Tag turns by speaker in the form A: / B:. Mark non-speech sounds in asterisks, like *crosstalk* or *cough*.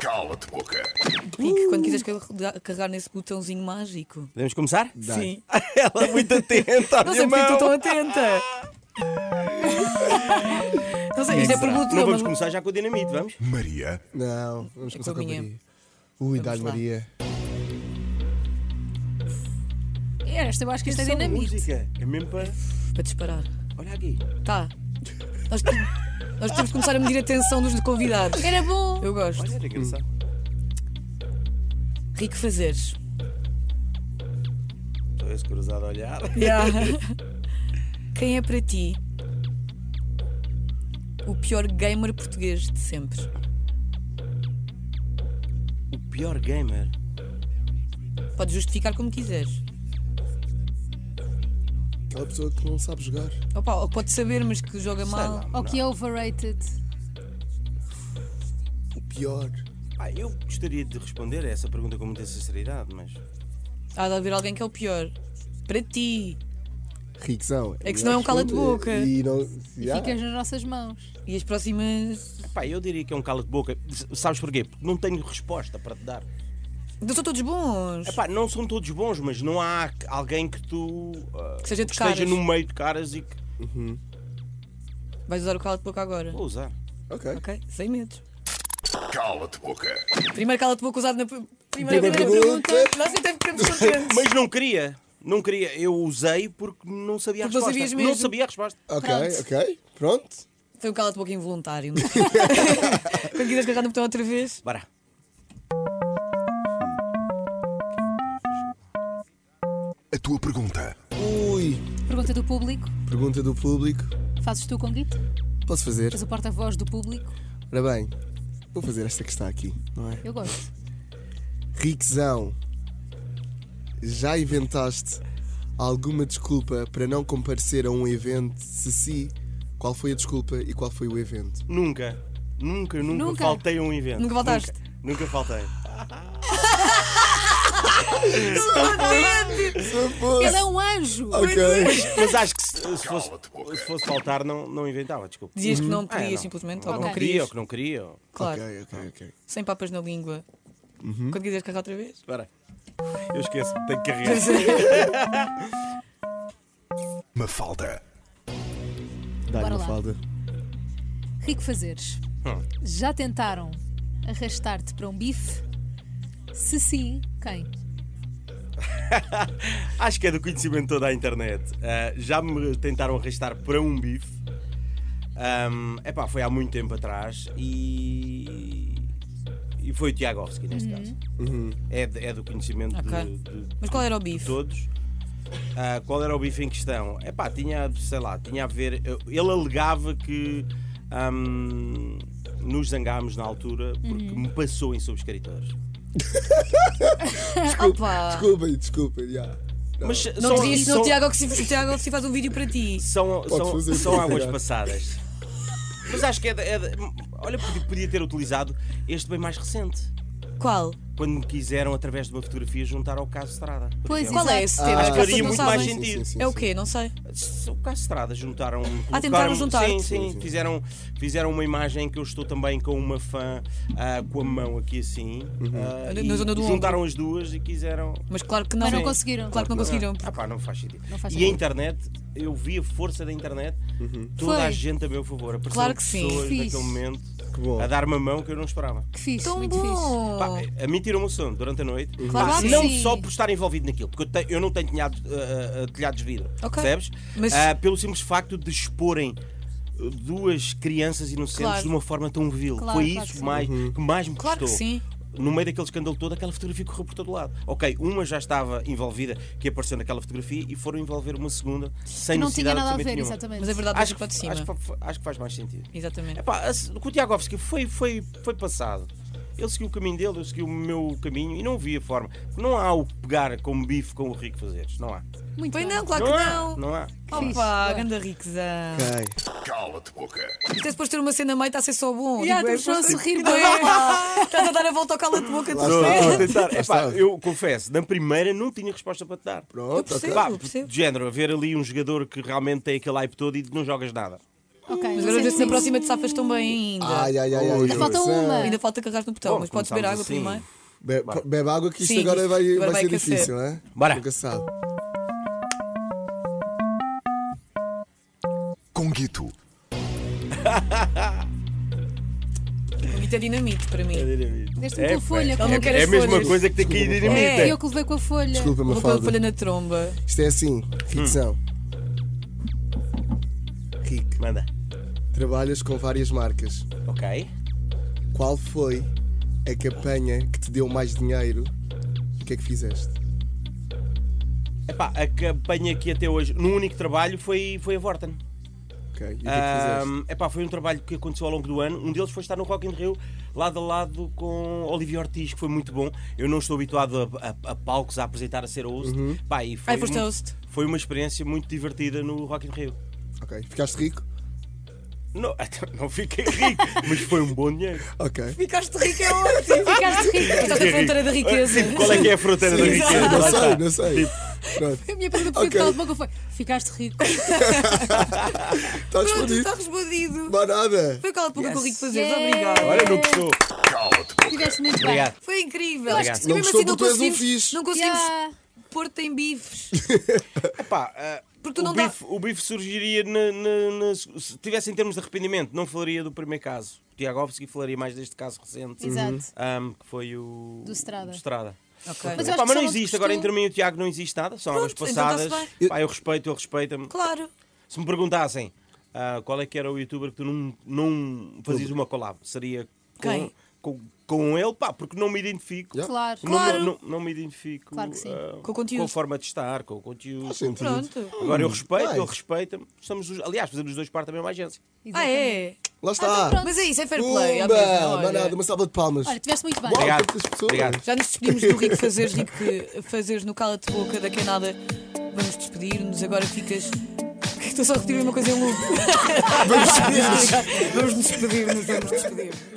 A: Cala-te, boca.
B: E que Tipo, quando quiseres carregar- carregar nesse botãozinho mágico.
C: Podemos começar?
B: Sim.
C: *laughs* Ela é muito atenta à
B: Não
C: minha
B: sei porque
C: mão.
B: estou tão
C: *laughs*
B: atenta. Não sei, isto é por Bluetooth.
C: Não vamos
B: mas-
C: começar já com o dinamite, vamos?
A: Maria,
D: Não, vamos
B: É
D: começar
B: com
D: com
B: a
D: a
B: minha.
D: Maria. Ui, dá
B: lá.
D: Maria.
B: Esta eu acho que isto é
C: Só
B: dinamite.
C: música. É mesmo para.
B: Para disparar.
C: Olha aqui.
B: Tá. Nós, te- nós temos que começar a medir a tensão dos convidados.
E: Era bom.
B: Eu gosto.
C: Olha, era engraçado.
B: Rico fazeres.
C: Estou esse cruzado a olhar.
B: *laughs* Quem é para ti o pior gamer português de sempre?
C: O pior gamer.
B: Podes justificar como quiseres.
D: Aquela pessoa que não sabe jogar.
B: Opa, ou pode saber, mas que joga
C: Sei
B: mal.
C: lá.
E: Ou que é overrated.
D: O pior.
C: Ah, eu gostaria de responder a essa pergunta com muita sinceridade, mas.
B: Há de haver alguém que é o pior. Para ti.
D: Riquezão.
B: É que senão é um cala-de-boca.
D: E não. Yeah.
E: Ficas nas nossas mãos.
B: E as próximas.
C: Pá, eu diria que é um calo de boca. S- Sabes porquê? Porque não tenho resposta para te dar.
B: Não são todos bons.
C: Epá, não são todos bons, mas não há c- alguém que tu ah,
B: Que seja de
C: esteja
B: caras.
C: no meio de caras e que.
B: Vais usar o calo de boca agora.
C: Vou usar.
D: Ok.
B: Ok? Sem medo.
A: cala-te, boca.
B: Primeiro cala de boca usado na pr- primeira
D: Primeira
B: pergunta.
D: pergunta.
B: Nós até ficamos contentes.
C: Mas não queria. Não queria. Eu usei porque não sabia
B: Porque
C: a
B: não
C: resposta.
B: sabias mesmo.
C: sabia a resposta.
D: Ok,
E: Pronto.
D: ok. Pronto.
B: Foi um cala de boca involuntário. é? *laughs* Quando quiseres carregar no botão outra vez.
C: Bora.
A: A tua pergunta.
D: Ui.
E: Pergunta do público.
D: Pergunta do público.
E: Fazes tu com Git?
D: Posso fazer?
E: És o porta-voz do público?
D: Ora bem, vou fazer esta que está aqui, não é?
E: Eu gosto.
D: Riquezão. Já inventaste alguma desculpa para não comparecer a um evento? Se sim, qual foi a desculpa e qual foi o evento?
C: Nunca, nunca, nunca,
E: Nunca?
C: faltei a um evento.
B: Nunca faltaste?
C: Nunca, nunca faltei.
E: Ele é um anjo.
D: Ok.
C: *laughs* Mas acho que se, se fosse,
A: Cala-te, boca.
C: se fosse faltar, não, não inventava, desculpa.
B: Dizias que não
C: Ah,
B: querias
C: não.
B: simplesmente. Ou
C: Ou
B: que não
E: Ok.
C: queria, ou
B: querias.
C: que não queria. ou-
B: Claro.
D: Ok, ok, ok.
B: Sem papas na língua.
C: Uhum.
B: Quando quiseres carregar outra
C: *laughs*
B: vez.
C: Espera. Eu esqueço, tenho que *laughs* carregar.
A: Mafalda,
D: Dá-lhe
E: Bora
D: uma
E: lá.
D: falda.
E: Rico é fazeres. Já tentaram arrastar-te para um bife? Se sim, quem?
C: Acho que é do conhecimento de toda a internet. Ah, já me tentaram arrastar para um bife. Ahm, epá, foi há muito tempo atrás e. E foi o Tiagovski neste caso. É, de- é do conhecimento de-
B: Uhum. Ok.
C: de,
B: Mas qual era o
C: de
B: bife?
C: todos. Ah, qual era o bife em questão? É pá, tinha, sei lá, tinha a ver. eu- Ele alegava que ahm, nos zangámos na altura porque
B: Uhum.
C: me passou em subscritores.
B: Ah, Opa!
D: Desculpem, desculpem, já.
C: Mas
B: Não
C: são-
B: dizias senão
C: são-
B: o Tiago que se, o Tiago que se faz um vídeo para ti.
C: são,
D: Pode
C: são,
D: fazer,
C: são
D: pode
C: águas
D: tirar.
C: passadas. Mas acho que é. de- é de- olha, podia, podia ter utilizado este bem mais recente.
B: Qual?
C: Quando me quiseram, através de uma fotografia, juntar ao caso Estrada. por
E: Pois,
C: exemplo.
B: Qual é
E: Exato.
B: esse
E: Ah,
B: tema? As pessoas
C: faria
B: não
C: muito
B: sabem.
C: mais sentido.
B: É o quê? Não sei.
C: Se O caso Estrada juntaram.
B: Ah,
C: colocaram-
B: tentaram juntar-te.
C: Sim, sim, Fizeram, fizeram uma imagem que eu estou também com uma fã ah, com a mão aqui assim. ah,
B: Na-
C: e
B: na zona do
C: juntaram as duas e quiseram.
B: Mas claro que não.
E: Mas não
B: Sim.
E: conseguiram.
B: Claro que não conseguiram.
C: Ah, pá, não faz sedido.
E: Não faz
C: e a
E: sentido.
C: internet, eu vi a força da internet,
D: Uhum.
C: toda
E: Foi.
C: a gente a meu favor. Apareceram
B: Claro que sim.
C: pessoas
E: Fixe.
C: naquele momento
D: Que bom.
C: a dar-me a mão que eu não esperava.
E: Que fixe,
B: Tão
E: muito fixe.
B: bom.
C: Pá, a mim tirou-me o sono durante a noite.
E: Oh. Claro
C: Pá,
E: que
C: não
E: sim.
C: só por estar envolvido naquilo, porque eu, te- eu não tenho telhado, ah, ah, telhados de vidro,
B: Ok.
C: percebes?
B: Mas-
C: Ah, pelo simples facto de exporem ah, duas crianças inocentes
B: Claro.
C: de uma forma tão vil.
E: Claro,
C: Foi
E: claro que
C: isso
E: sim.
C: mais, que mais me
B: Claro que
C: custou.
B: sim.
C: No meio daquele escândalo todo, aquela fotografia correu por todo lado. Ok, uma já estava envolvida, que apareceu naquela fotografia, e foram envolver uma segunda, sem
E: Que não tinha
C: necessidade
E: nada a ver,
C: absolutamente nenhuma.
E: exatamente.
B: Mas a verdade
C: Acho
B: acho, para de
C: que, É
B: cima.
C: acho, que fa- acho que faz mais sentido.
B: Exatamente.
C: Epá, a se- com o Tiagovski foi, foi, foi passado. Ele seguiu o caminho dele, eu segui o meu caminho e não vi a forma. Não há o pegar como bife com o rico fazeres. Não há.
E: Muito
B: Pois
E: bem.
B: não, claro
C: não
B: que
C: há.
B: não.
C: Não há.
E: fixe.
B: Opa,
E: Boa.
B: ganda riquezão.
D: Ok.
A: cala-te, boca.
B: Até depois de ter uma cena meio está a ser só bom.
E: Já,
B: Tipo, é
E: estamos só a
B: só-
E: sorrir
B: Não é?
E: bem.
B: pá? *laughs* Estás a dar a volta ao cala de boca de
D: Lá está.
B: repente.
C: Estou a tentar. é Epá,
D: Lá está.
C: eu confesso, na primeira não tinha resposta para te dar.
D: Pronto,
B: percebo.
D: ok.
C: Pá,
B: percebo.
C: de género, haver ali um jogador que realmente tem aquele hype todo e não jogas nada.
E: Ok.
B: Mas agora vamos ver se na
E: disseste
B: próxima te safas tão bem ainda.
D: Ai, ai, ai, ai.
C: Ainda
E: falta
D: José.
E: uma.
B: Ainda falta que arraste no botão,
C: Bom,
B: mas podes beber água
C: começámos assim.
B: primeiro.
D: Be-
C: Bora.
D: Bebe água que isto
B: Sim,
D: agora vai,
B: agora
D: vai,
B: vai
D: ser
B: aquecer.
D: difícil, não é?
C: Bora.
D: Nunca se sabe.
A: Conguito.
B: Conguito é dinamite para mim.
E: Deste-me com a folha.
B: Ele não quer
C: É a
B: as
C: mesma
B: folhas.
C: coisa que tem que ir né?
B: Desculpa,
E: É,
C: dinamita.
E: eu que levei com a folha.
D: Desculpa,
B: Vou pôr a
D: Mafalda.
B: folha na tromba.
D: Isto é assim, ficção. Rick,
C: Manda.
D: trabalhas com várias marcas.
C: Ok.
D: Qual foi a campanha que te deu mais dinheiro? O que é que fizeste?
C: Epá, a campanha que até hoje, num único trabalho, foi, foi a Vorten.
D: Ok, e o que é que fizeste?
C: Ahm, epá, foi um trabalho que aconteceu ao longo do ano. Um deles foi estar no Rock in Rio, lado a lado com Olivia Ortiz, que foi muito bom. Eu não estou habituado a, a- a palcos, a apresentar, a ser host. Pá, e foi,
B: Ai, foste
C: muito-
B: host.
C: foi uma experiência muito divertida no Rock in Rio.
D: Ok, ficaste rico?
C: Não, *laughs* não fiquei rico, mas foi um bom dinheiro.
D: Ok.
B: Ficaste rica é ótimo.
E: Ficaste rica.
B: Estás a fronteira da riqueza.
C: Tipo, qual é que é a fronteira da riqueza?
D: não
C: Lá
D: sei,
C: está. Tipo,
D: não sei.
E: *laughs*
D: Pronto,
E: A minha pergunta
D: Ok.
E: principal de boca foi: ficaste rico.
D: está
B: Pronto,
D: respondido.
B: está respondido.
D: Não há nada.
B: Foi aquela pergunta que eu rico fazer.
E: Yeah.
B: Obrigada.
C: Olha, não gostou.
A: Cala-te boca.
E: Estiveste muito bem.
C: Obrigado.
B: Foi incrível.
E: Eu acho que
B: E
E: sim.
D: Não
B: mesmo
D: gostou
B: assim não
D: porque tu és um
B: conseguimos,
D: fixe.
B: não conseguimos
E: Yeah.
B: pôr-te em bifes.
C: Epá, ah,
B: Porque tu
C: o,
B: não dá-
C: bife, o bife surgiria na- na- na- se tivesse em termos de arrependimento, não falaria do primeiro caso. Tiagovski falaria mais deste caso recente.
E: Exato.
C: ahm, que foi o.
E: Do Estrada.
C: do Estrada.
B: Ok. é
E: Mas
C: Mas,
E: eu acho que só
C: não
E: não te
C: existe, agora
E: gostou.
C: entre mim e o Tiago não existe nada, são águas
B: Pronto, então
C: passadas.
B: está-se
C: Pá, eu respeito, ele respeita-me.
B: Claro.
C: Se me perguntassem ah, qual é que era o youtuber que tu não, não fazias uma collab, seria com,
B: Quem?
C: com, com ele, pá, porque não me identifico.
E: Claro.
C: Não-
B: Claro.
C: Não, não me identifico
E: Claro que sim.
C: ah,
B: Com o conteúdo.
C: a forma de estar, com o conteúdo.
D: Faz sentido.
B: Pronto.
C: Agora eu respeito,
D: vai.
C: ele respeita. Estamos os- aliás, fazemos os dois parte da mesma agência.
B: Ah, é?
E: então
D: Lá está.
E: pronto.
B: Mas é isso, é fair play. à mesma,
D: Ah. Pumba!
B: olha.
D: Manada, uma salva de palmas.
E: Olha, estiveste muito bem.
D: Uau,
C: Obrigado.
D: tantas pessoas.
C: Obrigado.
B: Já nos despedimos do Rico Fazeres, Rico que Fazeres no Cala-te Boca, daqui a nada vamos despedir-nos. Agora ficas. *laughs* *laughs* Estou só a repetir uma coisa em loop. vamos despedir-nos, vamos despedir-nos, vamos despedir-nos.